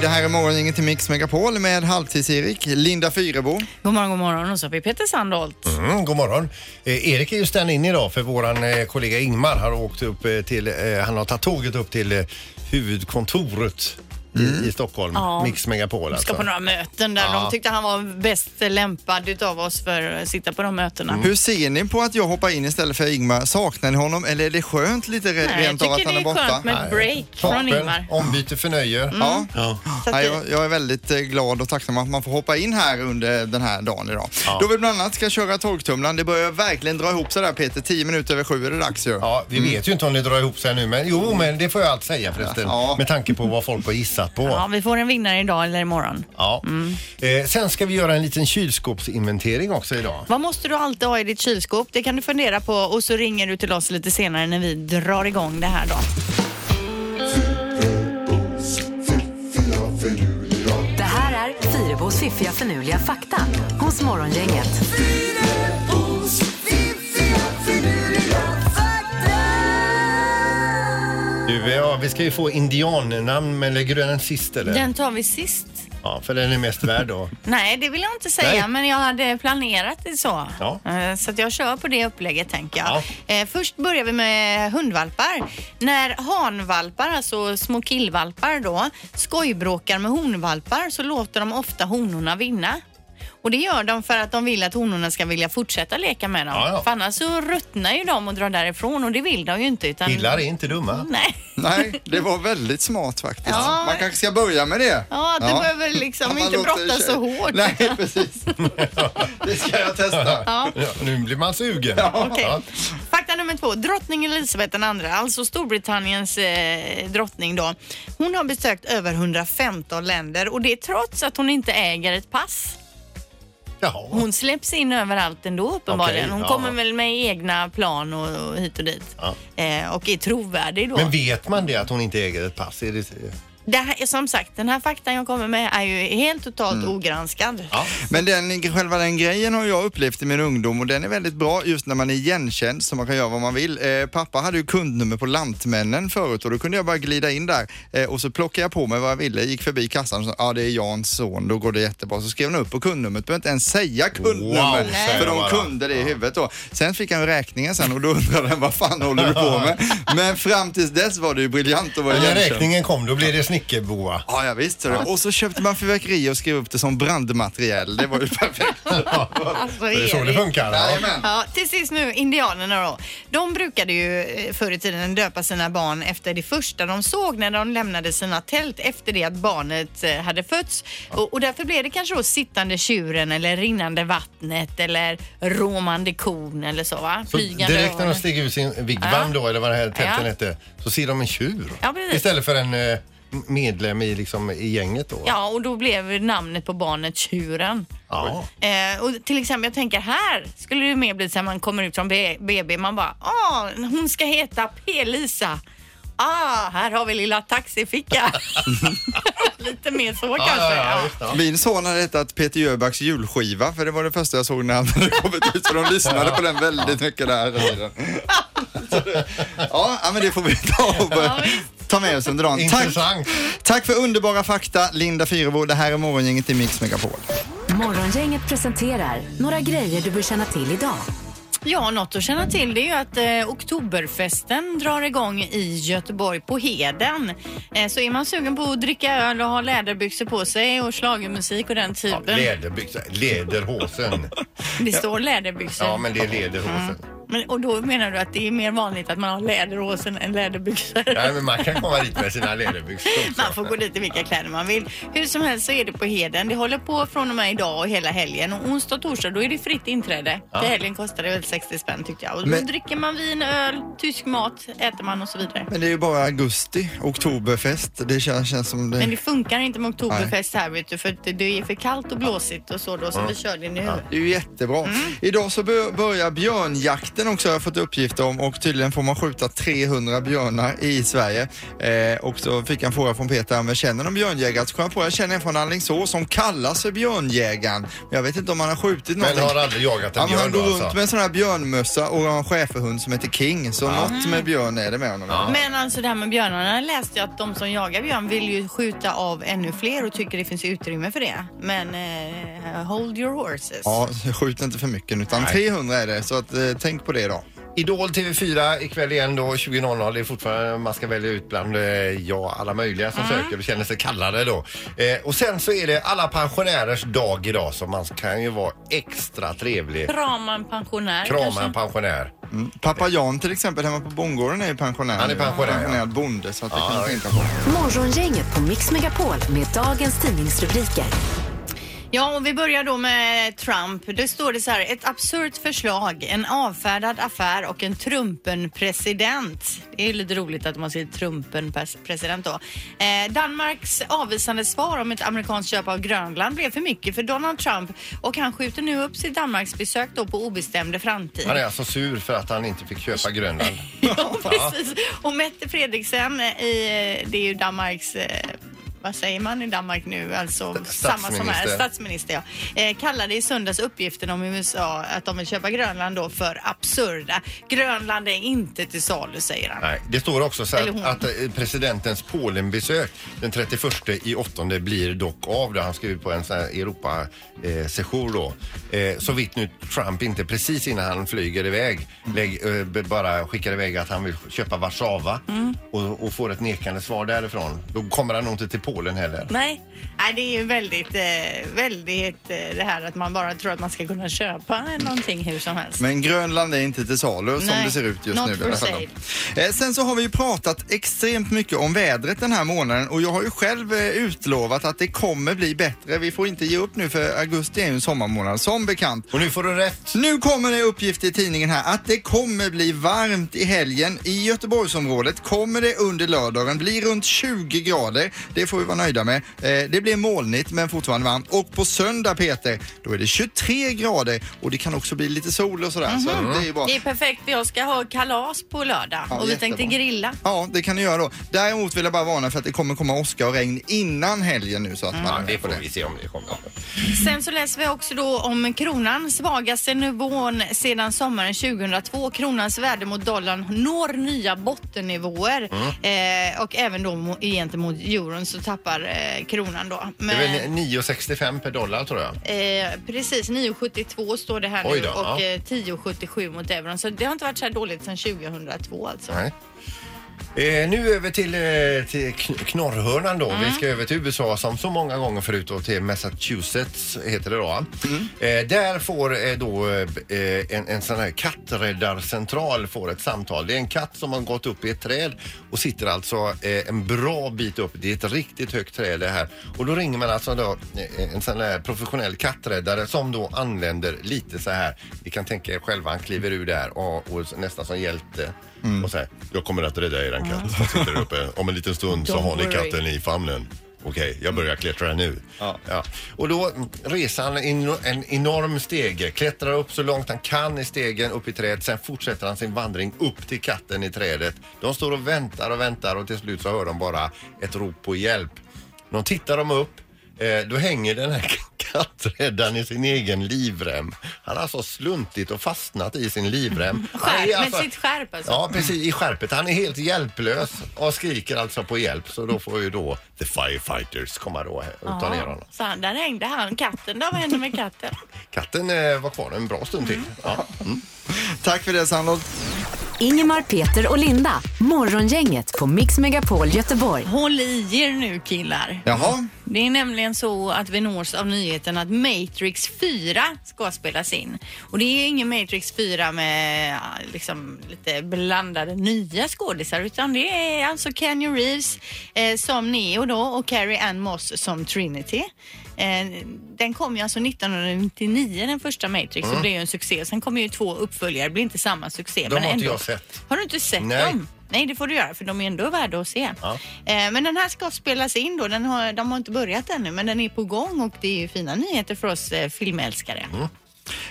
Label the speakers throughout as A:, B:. A: det här är morgonen till Mix Megapol med Halvtids-Erik, Linda Fyrebo.
B: God morgon, god morgon. Och så har vi Peter Sandholt.
C: Mm, god morgon. Eh, Erik är ju stand-in idag för våran eh, kollega Ingmar har åkt upp eh, till, eh, han har tagit tåget upp till eh, huvudkontoret i, i Stockholm,
B: Ja.
C: Mix Megapol
B: Vi ska
C: alltså.
B: på några möten där
C: Ja.
B: de tyckte han var bäst lämpad utav oss för att sitta på de mötena.
A: Hur ser ni på att jag hoppar in istället för Ingmar? Saknar ni honom eller är det skönt lite re-
B: Nej, jag
A: rent av att
B: tycker
A: han
B: det
A: är
B: är
A: borta?
B: skönt med ett break från Ingmar. Mm.
C: ombyte för nöje.
A: Ja.
D: Ja.
B: Så att
A: Nej,
B: det,
A: jag, jag är väldigt eh, glad och tacksam att man får hoppa in här under den här dagen idag. Då vi bland annat ska köra torktumlaren. Det börjar verkligen dra ihop sig där Peter. Tio minuter över sju är det dags ju.
C: Ja,
B: Mm.
C: vi vet ju inte om det drar ihop sig nu men jo men det får jag allt säga förresten.
A: Ja.
C: Med tanke på vad folk har gissat på.
B: ja, Mm. vi får en vinnare idag eller imorgon.
C: Ja. Eh, sen ska vi göra en liten kylskåpsinventering också idag.
B: Vad måste du alltid ha i ditt kylskåp? Det kan du fundera på och så ringer du till oss lite senare när vi drar igång det här då.
E: Det här är Fyrabos fiffiga förnuliga fakta hos Morgongänget.
C: Du, eh, ja, vi ska ju få indiannamn men lägger du den sist eller?
B: Den tar vi sist.
C: Ja, för den är mest värd då.
B: Nej, det vill jag inte säga,
C: Nej.
B: men jag hade planerat det så.
C: Ja.
B: Eh, Så att jag kör på det upplägget, tänker jag.
C: Ja.
B: Eh, Först börjar vi med hundvalpar. När hanvalpar, alltså små killvalpar då, skojbråkar med honvalpar så låter de ofta honorna vinna. Och det gör de för att de vill att honorna ska vilja fortsätta leka med dem.
C: Ja, ja.
B: För annars så ruttnar ju de och drar därifrån och det vill de ju inte. Utan...
C: Killar är inte dumma.
B: Nej.
A: Nej, det var väldigt smart faktiskt.
B: Ja.
A: Man kanske ska börja med det.
B: Ja, du behöver liksom
A: Man
B: inte
A: låter
B: brotta
A: tjej-
B: så hårt.
A: Nej, precis. Det ska jag testa.
B: Ja.
C: Ja, nu blir man sugen.
B: Okej. Fakta nummer två. Drottning Elisabeth den andra, alltså Storbritanniens eh, drottning då. Hon har besökt över 115 länder och det är trots att hon inte äger ett pass.
C: Jaha.
B: Hon släpps in överallt ändå uppenbarligen.
C: Okej,
B: Hon
C: ja.
B: kommer väl med egna plan och, och hit och dit. Eh, och är trovärdig då.
C: Men vet man det att hon inte äger ett pass? Är det...
B: Det här, är- som sagt, den här faktan jag kommer med är ju helt totalt ogranskad.
C: Mm. Ja.
A: Men den, själva den grejen har jag upplevt i min ungdom och den är väldigt bra just när man är igenkänd så man kan göra vad man vill. Eh, pappa hade ju kundnummer på Lantmännen förut och då kunde jag bara glida in där eh, och så plockade jag på mig vad jag ville, gick förbi kassan och sa ja ah, det är Jans son, då går det jättebra. Så skrev han upp på kundnumret, behöver inte ens säga kundnummer
C: Wow, säger
A: för
C: jag bara.
A: de kunde det i huvudet då. Sen fick han ju räkningen sen och då undrade han vad fan håller du på med? Men fram tills dess var det ju briljant att vara
C: När
A: igenkänd.
C: räkningen kom då blir det snickerboa.
A: Ja, ja visst. hörru. Och så köpte man fyrverkerier och skrev upp det som brandmaterial. Det var ju perfekt.
B: Alltså,
C: Det är så det
B: Erik.
C: funkar. Ja.
A: Jajamän.
B: Ja, till sist nu indianerna då. De brukade ju eh, förr i tiden döpa sina barn efter det första de såg när de lämnade sina tält efter det att barnet eh, hade fötts. Och, och därför blev det kanske då sittande tjuren eller rinnande vattnet eller råmande kon eller så va?
C: Så
B: Flygande
C: direkt när de
B: örn.
C: steg ur sin vigvam
B: Ja.
C: då, eller vad det här tälten
B: Ja.
C: hette, så ser de en tjur.
B: Ja, precis.
C: Istället för en eh, medlem i, liksom, i gänget då.
B: Ja, och då blev namnet på barnet tjuren.
C: Ja.
B: Eh, och till exempel, jag tänker här skulle det mer bli så här man kommer ut från B- BB, man bara ah, hon ska heta P-Lisa. Ah, här har vi lilla taxificka. Lite mer så kanske.
C: ja,
B: Ja,
C: just det.
A: Min son hade hetat Peter Jöbacks julskiva för det var det första jag såg när han hade kommit ut så de lyssnade på den väldigt mycket där hela tiden. Så det- Ja, ja, men det får vi ta och börja- ta med oss under dagen. Tack,
C: Intressant.
A: tack för underbara fakta, Linda Fyrebo. Det här är Morgongänget i Mix Megapol.
E: Morgongänget presenterar några grejer du bör känna till idag.
B: ja, något att känna till det är ju att eh, Oktoberfesten drar igång i Göteborg på Heden. Eh, så är man sugen på att dricka öl och ha läderbyxor på sig och schlagermusik och den
C: Ja,
B: typen.
C: Läderbyxa, lederhosen.
B: det står läderbyxor.
C: Ja, men det är lederhosen.
B: Men, och då menar du att det är mer vanligt att man har läderhosen än läderbyxor?
C: Nej, men man kan komma dit med sina lederbyxor också.
B: Man får gå dit i vilka kläder man vill. Hur som helst så är det på Heden. Det håller på från och med idag och hela helgen. Och onsdag och torsdag då är det fritt inträde. Till helgen kostar det väl 60 spänn tyckte jag. Och då
A: Men-
B: dricker man vin, öl, tysk mat, äter man och så vidare.
A: Men det är ju bara augusti, oktoberfest. Det känns, känns som
B: Men
A: det...
B: det funkar inte med Oktoberfest här vet du för att det- det är för kallt och blåsigt och så då så vi kör det nu.
A: Det är ju jättebra. Idag så bör- börjar björnjakten Polisen också har fått uppgifter om och tydligen får man skjuta 300 björnar i Sverige. Eh, och så fick jag en fråga från Peter, men känner de björnjägare? Så kom jag på, jag känner en från Alingsås som kallar sig björnjägaren. Men jag vet inte om han har skjutit
C: Men
A: någonting.
C: har aldrig jagat
A: Ja,
C: en
A: men
C: björn
A: han går
C: då
A: runt
C: alltså?
A: med en sån här björnmössa och har en schäferhund som heter King. Så något med björn är det med honom.
B: Men alltså det här med björnarna läste jag att de som jagar björn vill ju skjuta av ännu fler och tycker det finns utrymme för det. Men eh, hold your horses.
A: Ja, skjut inte för mycket utan 300 är det. Så att, eh, tänk på det då.
C: Idol TV4 ikväll igen då 20.00. Det är fortfarande man ska välja ut bland eh, ja, alla möjliga som söker och känner sig kallade då. Eh, och sen så är det alla pensionärers dag idag så man kan ju vara extra trevlig.
B: Krama en pensionär
C: Krama
B: kanske?
C: en pensionär.
A: Mm. Pappa Jan till exempel hemma på bondgården är ju pensionär.
C: Han är
A: nu.
C: pensionär, ja.
A: pensionerad bonde så att det kan tänka på.
E: Morgongänget på Mix Megapol med dagens tidningsrubriker.
B: Ja, och vi börjar då med Trump. Då står det så här, ett absurt förslag, en avfärdad affär och en trumpen president. Det är ju lite roligt att man säger trumpen pres- president då. Eh, Danmarks avvisande svar om ett amerikanskt köp av Grönland blev för mycket för Donald Trump och han skjuter nu upp sitt Danmarks besök då på obestämd framtid.
C: Han är alltså sur för att han inte fick köpa Grönland.
B: Ja, precis. Och Mette Fredriksen, eh, i, eh, det är ju Danmarks eh, vad säger man i Danmark nu? Alltså samma som här,
C: statsminister.
B: statsminister ja. Eh, kallade i söndags uppgiften om USA att de vill köpa Grönland då för absurda. Grönland är inte till salu säger han.
C: Nej, det står också så här
B: Eller hon.
C: att, att eh, presidentens Polenbesök den 31 i åttonde blir dock av. Då han ska ut på en sån här Europa-session då. Eh, så vitt nu Trump inte precis innan han flyger iväg lägg, eh, b- bara skickar iväg att han vill köpa Warszawa
B: Mm.
C: och, och får ett nekande svar därifrån. Då kommer han nog inte till Polen heller.
B: Nej. Nej, det är ju väldigt, eh, väldigt eh, det här att man bara tror att man ska kunna köpa någonting hur som helst.
A: Men Grönland är inte till salu som
B: Nej,
A: det ser ut just
B: not
A: nu. i
B: for
A: alla fall. Eh, Sen så har vi ju pratat extremt mycket om vädret den här månaden och jag har ju själv eh, utlovat att det kommer bli bättre. Vi får inte ge upp nu för augusti är ju en sommarmånad som bekant.
C: Och nu får du rätt.
A: Nu kommer det uppgift i tidningen här att det kommer bli varmt i helgen. I Göteborgsområdet kommer det under lördagen bli runt 20 grader. Det får vi vara nöjda med. Eh, det blir molnigt men fortfarande varmt. Och på söndag Peter, då är det 23 grader och det kan också bli lite sol och sådär. Så det är ju bra.
B: Det är perfekt för jag ska ha kalas på lördag
A: Ja,
B: och vi tänkte
A: jättebra.
B: grilla.
A: Ja, det kan ni göra då. Däremot vill jag bara varna för att det kommer komma åska och regn innan helgen nu så att man
C: Ja,
A: är med
C: det
A: på
C: får vi se om det kommer.
B: Sen så läser vi också då om kronan, svagaste nivån sedan sommaren 2002. Kronans värde mot dollarn når nya bottennivåer
C: Mm.
B: eh, och även då mo- gentemot euron så tappar eh, kronan då.
C: Det
B: Men,
C: är väl 9,65 per dollar tror jag.
B: Eh, precis, 9,72 står det här
C: Oj
B: nu
C: då,
B: och
C: ja.
B: eh, 10,77 mot euron. Så det har inte varit så här dåligt sedan 2002 alltså.
C: Nej. Eh, nu över till, eh, till kn- knorrhörnan då. Vi ska över till USA som så många gånger förut och till Massachusetts heter det då. Eh, där får eh, då eh, b- eh, en, en sån här katträddarcentral får ett samtal. Det är en katt som har gått upp i ett träd och sitter alltså eh, en bra bit upp. Det är ett riktigt högt träd det här. Och då ringer man alltså då eh, en sån här professionell katträddare som då anländer lite så här. Ni kan tänka er själva, han kliver ur där och, och nästan som hjälte. Mm. Och så här, jag kommer att rädda eran katt som sitter där uppe. Om en liten stund så
B: Don't
C: har ni
B: worry. Mm.
C: katten i famnen. Okej, jag börjar klättra nu.
A: Ja.
C: Och då reser han en, en enorm stege, klättrar upp så långt han kan i stegen upp i trädet. Sen fortsätter han sin vandring upp till katten i trädet. De står och väntar och väntar och till slut så hör de bara ett rop på hjälp. När de tittar de upp, eh, då hänger den här katträddaren i sin egen livrem. Han har alltså sluntit och fastnat i sin livrem. Han är
B: Skärp,
C: alltså-
B: Med sitt skärp alltså.
C: Ja, precis. I skärpet. Han är helt hjälplös och skriker alltså på hjälp. Så då får ju då the firefighters komma då och ta ner honom.
B: Så han, där hängde han. Katten då? Vad hände med katten?
C: Katten eh, var kvar en bra stund till.
B: Mm.
C: Ja. Mm,
A: Tack för det Sandholt.
E: Ingemar, Peter och Linda. Morgongänget på Mix Megapol Göteborg.
B: Håll i er nu killar.
A: Jaha.
B: Det är nämligen så att vi nås av nyheten att Matrix 4 ska spelas in. Och det är ingen Matrix 4 med ja, liksom, lite blandade nya skådisar utan det är alltså Keanu Reeves eh, som Neo då och Carrie Ann Moss som Trinity. Eh, den kom ju alltså 1999 den första Matrix och blev ju en succé. Sen kom ju två uppföljare, blev inte samma succé.
C: Mm. De har inte jag sett.
B: Har du inte sett
C: Nej.
B: dem? Nej, det får du göra för de är ändå värda att se.
C: Ja.
B: Eh, Men den här ska spelas in då.
C: Mm.
B: Den har, de har inte börjat ännu men den är på gång och det är ju fina nyheter för oss eh, filmälskare.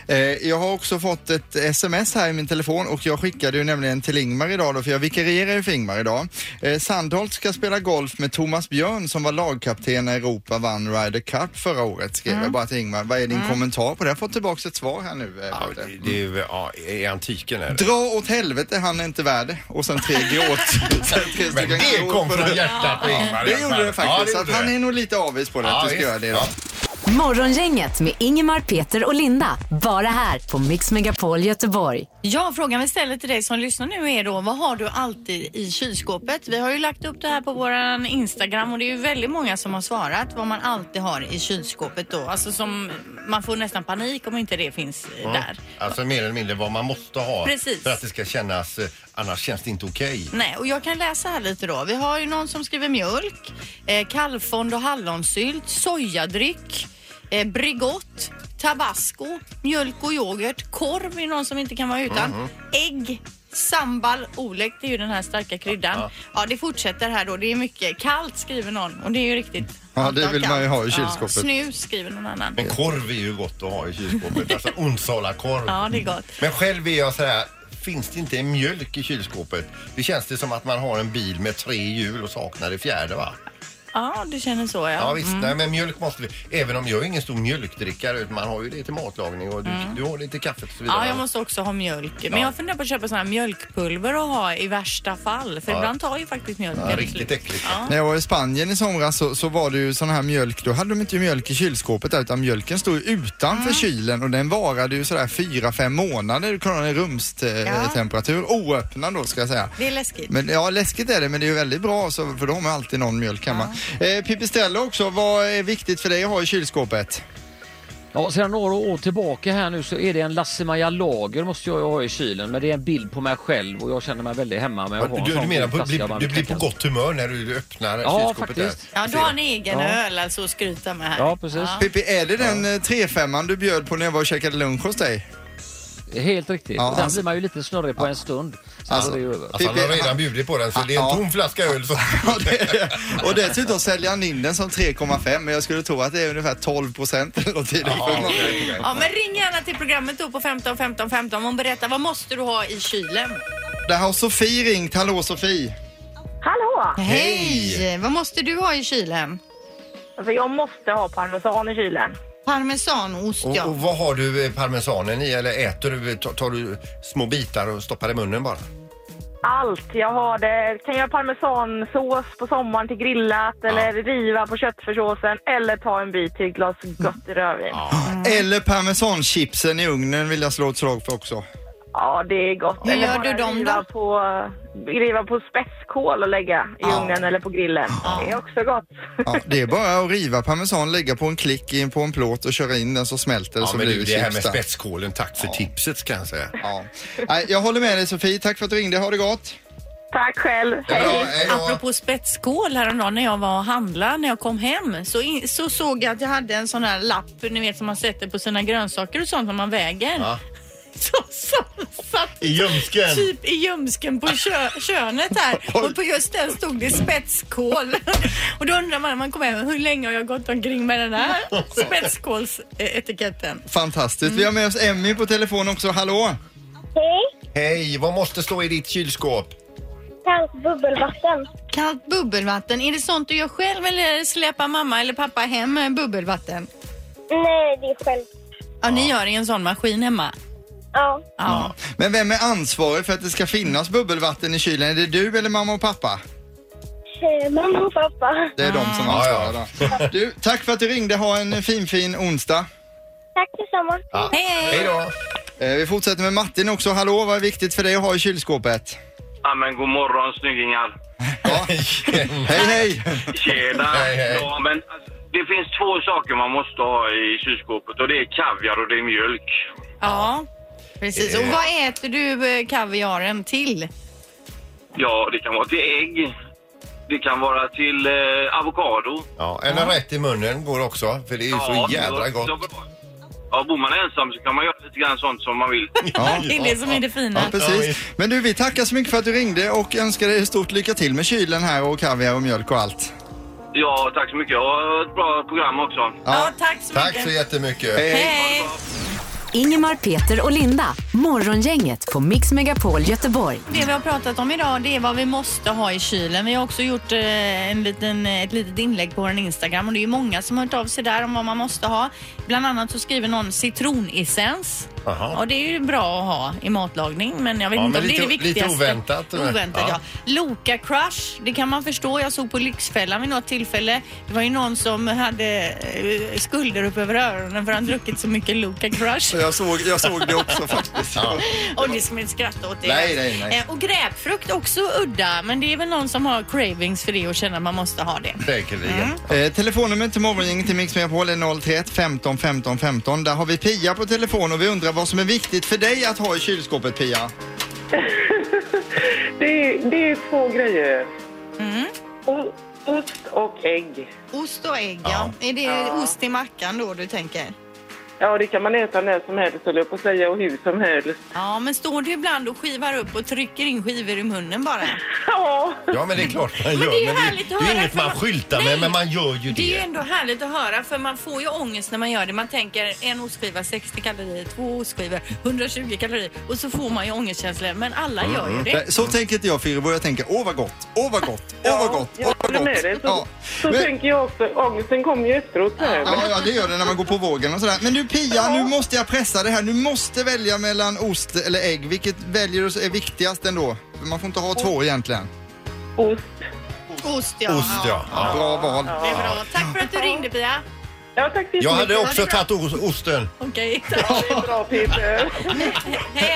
A: Eh, jag har också fått ett sms här i min telefon och jag skickade ju nämligen till Ingmar idag då, för jag vikarierar ju för Ingmar idag. Eh, Sandholt ska spela golf med Thomas Björn som var lagkapten när Europa vann Ryder Cup förra året, skrev
C: Mm.
A: jag bara till Ingmar. Vad är din kommentar på det? Jag har fått tillbaka ett svar här nu. eh,
C: Ja,
A: Peter.
C: det, det är ju ja, i antiken är det.
A: Dra åt helvete, han är inte värd det. Och sen tre gråt. Sen tre
C: Men
A: stycken
C: det
A: gråt
C: kom
A: på
C: från hjärtat på Ingmar.
A: Det gjorde det
C: Ja,
A: faktiskt. så
C: gjorde
A: att han
C: det.
A: är nog lite avis på det att
C: Ja,
A: du ska
C: visst.
A: göra det idag.
C: Ja.
E: Morgongänget med Ingemar, Peter och Linda. Bara här på Mix Megapol Göteborg.
B: Ja, frågan vi ställer till dig som lyssnar nu är då, vad har du alltid i kylskåpet? Vi har ju lagt upp det här på våran Instagram och det är ju väldigt många som har svarat vad man alltid har i kylskåpet då. Alltså som, man får nästan panik om inte det finns eh, där.
C: Alltså mer eller mindre vad man måste ha
B: Precis.
C: för att det ska kännas, eh, annars känns det inte okej.
B: Nej, och jag kan läsa här lite då. Vi har ju någon som skriver mjölk, eh, kalvfond och hallonsylt, sojadryck, eh, Bregott, tabasco, mjölk och yoghurt, korv är någon som inte kan vara utan,
A: Mhm.
B: ägg, sambal, olek, det är ju den här starka kryddan. Ja, det fortsätter här då. Det är mycket kallt skriver någon och det är ju riktigt.
A: Ja, det vill man ju ha i
B: Ja,
A: kylskåpet. Mm.
B: snus skriver någon annan.
C: Men korv är ju gott att ha i kylskåpet. alltså onsalakorv.
B: Ja, det är gott.
C: Men själv är jag så här, finns det inte en mjölk i kylskåpet? Det känns det som att man har en bil med tre hjul och saknar det fjärde va?
B: Ja, du känner så ja. Mm.
C: Ja visst, nej men mjölk måste vi. Även om jag är ingen stor mjölkdrickare utan man har ju det till matlagning och du, du har det till kaffet och så vidare.
B: Mm. Ja, jag
C: va?
B: måste också ha mjölk. Men
C: Ja.
B: jag funderar på att köpa såna här mjölkpulver och ha i värsta fall. För ibland tar ju faktiskt mjölken
C: Ja, riktigt
B: slut.
C: äckligt.
B: Ja.
A: När jag var i Spanien i somras så, så var det ju sån här mjölk, då hade de inte mjölk i kylskåpet där, utan mjölken stod ju utanför
B: Mm.
A: kylen och den varade ju sådär 4-5 månader, du kunde ha den i
B: Ja.
A: rumstemperatur, oöppnad då ska jag säga.
B: Det är läskigt.
A: Men ja, läskigt är det, men det är ju väldigt bra så, för de har man alltid någon mjölk hemma. Eh, Pipistrello också, vad är viktigt för dig att ha i kylskåpet?
D: Ja, sedan några år tillbaka här nu så är det en Lasse-Maja Lager måste jag ju ha i kylen. Men det är en bild på mig själv och jag känner mig väldigt hemma med att ha en
C: Du,
D: sån
C: du menar
D: flaska
C: på, bli,
D: jag bara
C: du
D: vill
C: blir på
D: knäcka.
C: gott humör när du öppnar
D: Ja,
C: kylskåpet där?
D: faktiskt.
B: Ja, du har en egen
D: Ja.
B: öl alltså att skryta med här.
D: Ja, precis.
A: Pippi, är det den eh, 3-5 du bjöd på när jag var och käkade lunch hos dig?
D: Helt riktigt.
A: Ja,
D: Och Sen
A: alltså-
D: blir man ju lite snurrig på en stund. Sen
A: Alltså-
D: går det ju över.
C: Alltså, han har redan bjudit på den så det är en tom flaska öl. Så.
A: Ja, det är det. Och dessutom säljer han in den som 3,5 men jag skulle tro att det är ungefär 12 procent eller något i det.
B: Ja, men ring gärna till programmet då på 15 15 15 och berätta vad måste du ha i kylen?
A: Där har Sofie ringt. Hallå Sofie!
F: Hallå!
B: Hej! Vad måste du ha i kylen?
F: Alltså jag måste ha parmesan i kylen.
B: Parmesanost,
C: Och,
B: ja.
C: och vad har du eh, parmesanen i eller äter du, tar, tar du små bitar och stoppar i munnen bara?
F: Allt. Jag har det. Kan göra parmesansås på sommaren till grillat eller riva på köttfärssåsen eller ta en bit till ett glas gott
B: Mm.
F: rödvin. Ja.
A: Eller parmesanchipsen i ugnen vill jag slå ett slag för också.
F: det är gott.
B: Hur
F: eller
B: gör
F: bara
B: du dem
F: riva
B: då?
F: På, riva på spetskål och lägga i ugnen eller på grillen. Det är också gott.
A: Ja, det är bara att riva parmesan, lägga på en klick in på en plåt och köra in den så smälter det
C: Ja,
A: så
C: men
A: blir
C: du,
A: det
C: det här med
A: chips där.
C: spetskålen, tack för tipset kan jag säga.
A: Ja. Nej, Jag håller med dig Sofie, tack för att du ringde. Ha det gott!
F: Tack själv.
C: Det är bra, hej
F: Hej!
C: då.
B: Apropå spetskål häromdagen när jag var och handlade, när jag kom hem så, in, så såg jag att jag hade en sån här lapp, ni vet som man sätter på sina grönsaker och sånt när man väger.
C: Ja.
B: Så, så, satt
C: I ljumsken.
B: typ i ljumsken på kö, könet här och på just den stod det spetskål. och då undrar man när man kommer hem, hur länge har jag gått omkring med den här spetskålsetiketten?
A: Fantastiskt.
C: Mm.
A: Vi har med oss Emmy på telefon också. Hallå!
G: Hej!
C: Hej, vad måste stå i ditt kylskåp?
G: Kallt bubbelvatten.
B: Kallt bubbelvatten, är det sånt du gör själv eller släpar mamma eller pappa hem eh, bubbelvatten?
G: Nej, det är själv.
B: Ja, ni gör i en sån maskin hemma?
G: Ja,
B: Ja.
A: Men vem är ansvarig för att det ska finnas bubbelvatten i kylen? Är det du eller mamma och pappa?
G: eh, mamma och pappa.
A: Det är de som
C: Ja, ja.
A: ansvarar. då. Du, tack för att du ringde. Ha en fin, fin onsdag.
G: Tack detsamma.
C: Ja.
B: Hej.
C: Hej då!
A: Eh, vi fortsätter med Martin också. Hallå, vad är viktigt för dig att ha i kylskåpet?
H: Ja men god morgon snyggingar.
A: Ja. hej, hej!
H: Tjena.
C: Hej, hej.
H: Ja, men alltså, det finns två saker man måste ha i kylskåpet och det är kaviar och det är mjölk.
B: Ja, precis. Och vad äter du eh, kaviaren till?
H: Ja, det kan vara till ägg. Det kan vara till eh, avokado.
C: Ja, eller rätt i munnen går också, för det är ju så jädra
H: det
C: gott.
H: låter bra. Ja, bor man ensam så kan man göra lite grann sånt som man vill.
B: Det är det som är det
A: Ja,
B: fina.
A: precis. Men du, vi tackar så mycket för att du ringde och önskar dig stort lycka till med kylen här och kaviar och mjölk och allt.
H: Ja, tack så mycket. Och ett bra program också.
B: Ja, tack så
C: Tack så
B: mycket.
C: jättemycket.
B: Hej.
E: Ingemar, Peter och Linda. Morgongänget på Mix Megapol Göteborg.
B: Det vi har pratat om idag det är vad vi måste ha i kylen. Vi har också gjort eh, en liten, ett litet inlägg på vår Instagram och det är ju många som har hört av sig där om vad man måste ha. Bland annat så skriver någon citronessens.
C: Jaha.
B: Och det är ju bra att ha i matlagning men jag vet inte
C: Ja, men
B: om det är det
C: lite- lite
B: viktigaste.
C: oväntat. eh.
B: Oväntat
C: Ja.
B: ja. Loka Crush, det kan man förstå. Jag såg på Lyxfällan vid något tillfälle. Det var ju någon som hade eh, skulder upp över öronen för han druckit så mycket Loka Crush.
A: Så jag, såg, jag såg det också faktiskt.
B: Och det ska man inte skratta åt. Det.
A: Nej, nej, nej.
B: Eh, Och gräpfrukt också udda, men det är väl någon som har cravings för det och känner att man måste ha det.
C: Säkerligen.
B: Mm.
A: Eh, telefonnumret till morgongänget till Mix Megapol är 031 15 15 15. Där har vi Pia på telefon och vi undrar vad som är viktigt för dig att ha i kylskåpet Pia.
I: Det, det är två grejer.
B: Mm.
I: O- Ost och ägg.
B: Ost och ägg, ja. Är det ost i mackan då du tänker?
I: Ja, det kan man äta när som helst, höll jag på att säga, och hur som helst.
B: Ja, men står du ibland och skivar upp och trycker in skivor i munnen bara?
I: Ja,
C: Ja, men det är klart man gör.
B: det är ju
C: men
B: härligt
C: det,
B: att
C: det är
B: höra,
C: inget
B: för
C: man
B: man-
C: skyltar
B: Nej.
C: med, men man gör ju
B: Det är ju
C: det.
B: ändå härligt att höra för man får ju ångest när man gör det. Man tänker en ostskiva 60 kalorier, två ostskivor 120 kalorier och så får man ju ångestkänslor. Men alla gör ju det.
A: Eh, Så tänker inte jag Fyrebo, jag tänker åh vad gott, åh vad gott, åh vad gott, åh
I: jag
A: vad
I: håller med dig.
A: gott.
I: Så,
A: Ja.
I: så
A: Men-
I: tänker jag också. Ångesten kommer ju efteråt. Så här.
A: Ja, ja, det gör det när man går på vågen och sådär. Men du Pia, nu måste jag pressa det här. Du måste välja mellan ost eller ägg. Vilket väljer du är viktigast ändå? För Man får inte ha två egentligen.
I: Ost.
B: Ost ja.
C: Ost, ja. ja.
A: Bra val.
B: Det är bra. Tack för att du ringde Pia.
I: Ja, tack så
C: Jag hade
I: jättemycket.
C: också tagit os- osten.
B: Okej, tack.
I: Ja, det är bra, Peter.
B: Hej,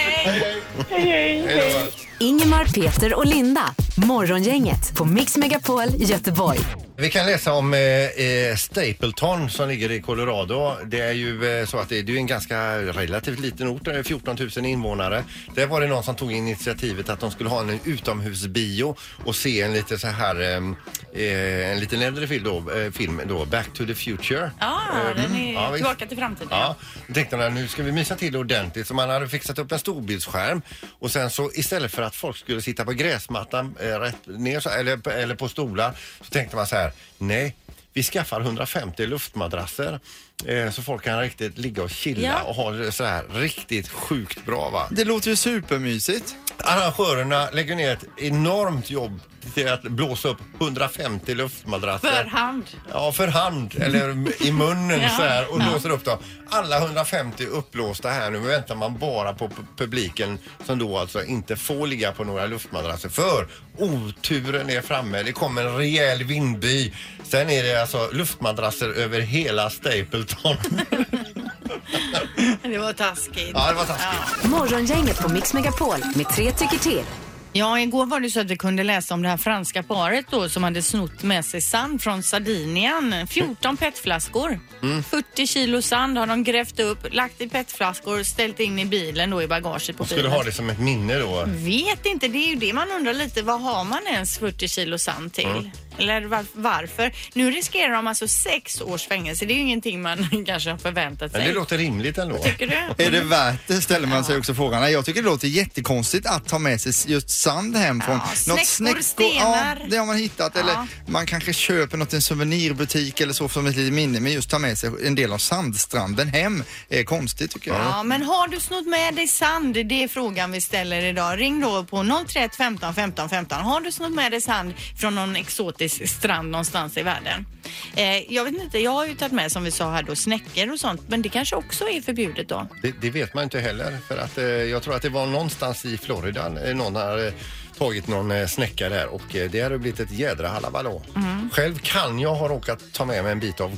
B: hej.
I: Hej, hej. hej.
E: Ingemar, Peter och Linda. Morgongänget på Mix Megapol Göteborg.
C: Vi kan läsa om eh, eh, Stapleton som ligger i Colorado. Det är ju eh, så att det, det är ju en ganska relativt liten ort, där det är 14 000 invånare. Där var det någon som tog initiativet att de skulle ha en utomhusbio och se en lite så här, eh, eh, en liten äldre film då, eh, film då Back to the Future.
B: Ja, den är
C: ja, visst.
B: tillbaka till framtiden.
C: Ja, då tänkte man nu ska vi mysa till det ordentligt. Så man hade fixat upp en storbildsskärm och sen så istället för att folk skulle sitta på gräsmattan eh, rätt ner så, eller, eller på stolar så tänkte man så här, nej. Vi skaffar 150 luftmadrasser eh, så folk kan riktigt ligga och chilla
B: Ja.
C: och ha det så här riktigt sjukt bra va.
A: Det låter ju supermysigt.
C: Arrangörerna lägger ner ett enormt jobb till att blåsa upp 150 luftmadrasser.
B: För hand.
C: Ja, för hand eller i munnen
B: Ja.
C: så här och blåser upp dem. Alla 150 uppblåsta här nu men väntar man bara på pu- publiken som då alltså inte får ligga på några luftmadrasser för oturen är framme. Det kommer en rejäl vindby. Sen är det alltså luftmadrasser över hela Stapleton.
B: Det var taskigt.
C: ja, det var taskigt.
E: Morgongänget på Mix Megapol med tre tycker till.
B: Ja, igår var det så att vi kunde läsa om det här franska paret då som hade snott med sig sand från Sardinien. 14 petflaskor.
C: Mm.
B: 40 kilo sand har de grävt upp, lagt i petflaskor och ställt in i bilen då i bagaget på
C: Och skulle
B: bilen.
C: ha det som ett minne då.
B: Vet inte, det är ju det man undrar lite. Vad har man ens 40 kilo sand till?
C: Mm.
B: Eller var, varför? Nu riskerar de alltså sex års fängelse. Det är ju ingenting man kanske har förväntat sig.
C: Men det låter rimligt ändå.
B: Tycker du?
A: Är det värt det ställer man sig också frågan. Nej, Jag tycker det låter jättekonstigt att ta med sig just sand hem från
B: Ja, snäckor,
A: Ja,
B: stenar.
A: det har man hittat. Eller man kanske köper något i en souvenirbutik eller så som ett litet minne. Men just ta med sig en del av sandstranden hem är konstigt tycker jag.
B: Ja, men har du snott med dig sand? Det är frågan vi ställer idag. Ring då på 031 15 15 15. Har du snott med dig sand från någon exotisk strand någonstans i världen? Eh, jag vet inte, jag har ju tagit med som vi sa här då snäckor och sånt, men det kanske också är förbjudet då.
C: Det, det vet man inte heller. För att, eh, jag tror att det var någonstans i Florida eh, någon har eh, tagit någon eh, snäcka där och eh, det har blivit ett jädra halabalå.
B: Mm.
C: Själv kan jag ha råkat ta med mig en bit av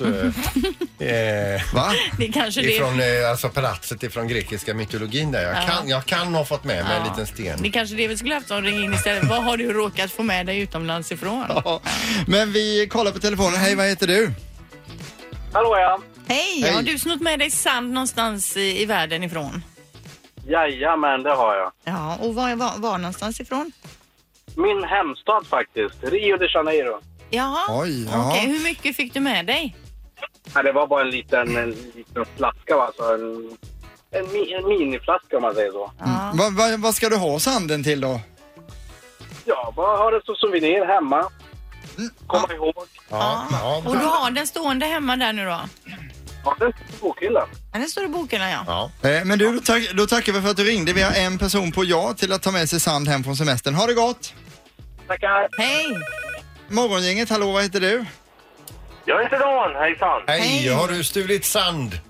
C: eh, eh,
A: Va?
B: Det kanske det
C: ifrån eh, alltså palatset ifrån grekiska mytologin där. Jag kan, jag kan ha fått med mig en liten sten.
B: det kanske det vi skulle haft som ring in istället. Vad har du råkat få med dig utomlands ifrån?
A: Ja. Men vi kollar på telefonen. Hej, vad heter du?
I: Hallå, ja.
B: Hej,
A: Hej.
B: har du snott med dig sand någonstans i, i världen ifrån?
I: Jajamän, det har jag.
B: Ja, och var, var, var någonstans ifrån?
I: Min hemstad faktiskt, Rio de Janeiro.
B: Jaha,
A: Oj, ja.
B: okej. Hur mycket fick du med dig?
I: Ja, det var bara en liten, en liten flaska, va? Alltså en, en, mi, en miniflaska om man säger så.
B: Ja.
A: Vad va, vad ska du ha sanden till då?
I: Ja, bara ha det som souvenir hemma. Komma ihåg.
C: Ja, ja.
B: Och du har den stående hemma där nu då?
I: Ja, den bokhyllan.
B: Ja, den står i bokhyllan ja.
C: Ja.
A: Eh, Men du, då, tack, då tackar vi för att du ringde. Vi har en person på ja till att ta med sig sand hem från semestern. Ha det gott!
I: Tackar.
B: Hej!
A: Morgongänget, hallå, vad heter du?
I: Jag heter Dan, hejsan.
C: Hej,
B: Hej.
C: har du stulit sand?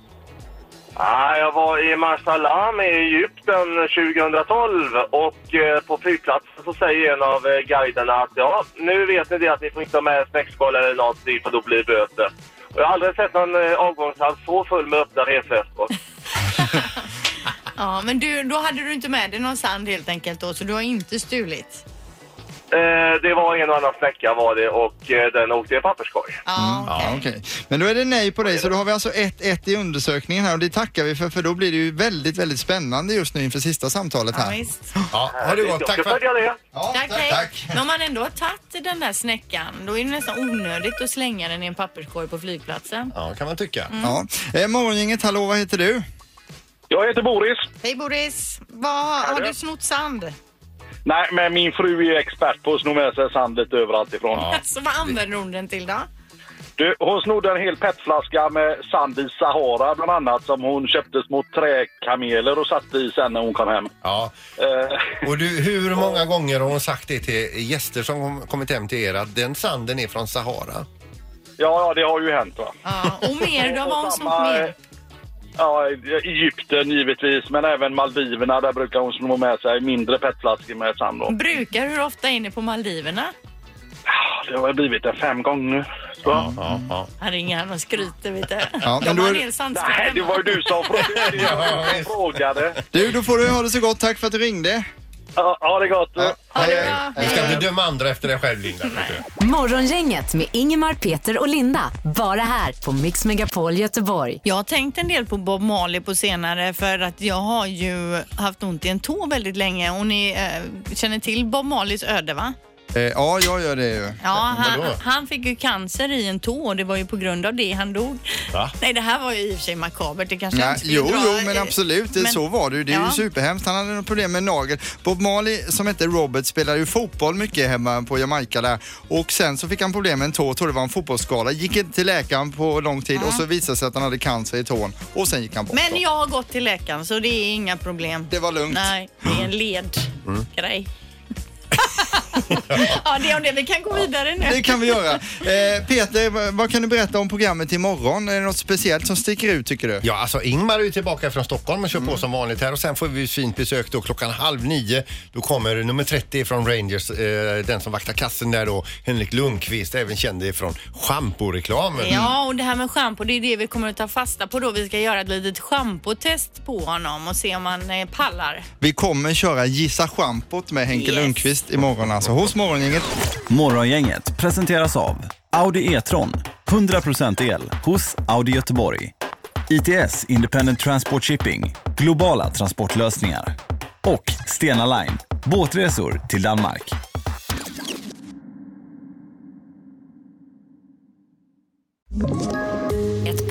I: Ah, jag var i Marsalam i Egypten 2012 och eh, på flygplatsen så säger en av eh, guiderna att ja, nu vet ni det att ni får inte ha med snäckskal eller något dit för då blir det böter. Och jag har aldrig sett någon eh, avgångshall så full med öppna resväskor.
B: Ja, men du, då hade du inte med dig någon sand helt enkelt då, så du har inte stulit.
I: Eh, det var en och annan snäcka var det och eh, den åkte i en papperskorg.
B: Ja, okej.
A: Mm. Ja, okej. Men då är det nej på dig, så då har vi alltså 1-1 i undersökningen här och det tackar vi för, för då blir det ju väldigt, väldigt spännande just nu inför sista samtalet
B: Ja,
A: här.
B: visst.
C: Ja, har du gått.
I: Jag
C: Tack
I: ska
C: för
I: följa det.
A: Ja,
B: Tack, hej. Men om man ändå har tagit den där snäckan, då är det nästan onödigt att slänga den i en papperskorg på flygplatsen.
C: Ja, kan man tycka.
B: Mm.
A: Ja. Eh, Morgongänget, hallå, vad heter du?
I: Jag heter Boris.
B: Hej Boris! Vad, har du snott sand?
I: Nej, men min fru är expert på att sno med sig sandet överallt ifrån.
B: Så vad använder hon den till då?
I: Du, hon snodde en hel petflaska med sand i Sahara bland annat som hon köpte små träkameler och satte i sen när hon kom hem.
C: Ja.
I: Eh,
C: Och du, hur många gånger har hon sagt det till gäster som kom- kommit hem till er att den sanden är från Sahara?
I: ja, ja, det har ju hänt va.
B: Ja, och mer då? Vad har hon
I: Och
B: snott
I: samma, eh,
B: mer?
I: Ja, Egypten givetvis, men även Maldiverna. Där brukar hon sno med sig mindre petflaskor med sand.
B: Mm.
I: Då.
B: Brukar hur ofta är ni på Maldiverna?
I: Ah, Det har blivit en fem gånger. Så.
C: Ja, ja.
B: Han ringer han och skryter vet du.
A: Ja, men
B: De
A: då
B: har
A: är
B: en
A: det-
B: hel sandstrand
I: Nej, det
B: hemma.
I: var ju du som frågade.
C: Ja,
I: Jag
C: visst.
I: frågade.
A: Du, då får du ha det så gott. Tack för att du ringde.
I: Ja, ja, det är gott.
B: Ha det bra.
C: Du ska inte döma andra efter dig själv, Linda. tycker jag.
E: Morgongänget med Ingemar, Peter och Linda. Bara här på Mix Megapol Göteborg.
B: Jag har tänkt en del på Bob Marley på senare för att jag har ju haft ont i en tå väldigt länge och ni eh, känner till Bob Marleys öde va?
A: Eh, ja, jag gör det ju.
B: Ja, han,
C: vadå?
B: han fick ju cancer i en tå och det var ju på grund av det han dog.
C: Va?
B: Nej, det här var ju i och för sig makabert. Det kanske jag
A: Nej,
B: inte skulle
A: jo,
B: dra,
A: jo, men
B: eh,
A: absolut. Det,
B: men-
A: så var det ju. Det är
B: Ja.
A: ju superhemskt. Han hade något problem med nagel. Bob Marley, som hette Robert, spelade ju fotboll mycket hemma på Jamaica där. Och sen så fick han problem med en tå, trodde det var en fotbollsskada. Gick inte till läkaren på lång tid och så visade det sig att han hade cancer i tån. Och sen gick han bort. då.
B: Men jag har gått till läkaren så det är inga problem.
A: Det Mm. var lugnt.
B: Nej, det är en ledgrej. ja, det är om det. Vi kan gå vidare nu.
A: Det kan vi göra. Eh, Peter, vad- vad kan du berätta om programmet imorgon? Är det något speciellt som sticker ut tycker du?
C: Ja, alltså Ingmar är ju tillbaka från Stockholm och kör på som vanligt här och sen får vi ett fint besök då klockan halv nio. Då kommer nummer 30 från Rangers, eh, den som vaktar kassen där då, Henrik Lundqvist, även känd ifrån schamporeklamen.
B: Ja, och det här med schampo, det är det vi kommer att ta fasta på då. Vi ska göra ett litet schampotest på honom och se om han eh, pallar.
A: Vi kommer köra Gissa schampot med Henke
B: Yes.
A: Lundqvist imorgon alltså, hos Morgongänget.
J: Morgongänget presenteras av Audi E-tron. 100% el hos Audi Göteborg. ITS Independent Transport Shipping. Globala transportlösningar. Och Stena Line. Båtresor till Danmark.
E: Ett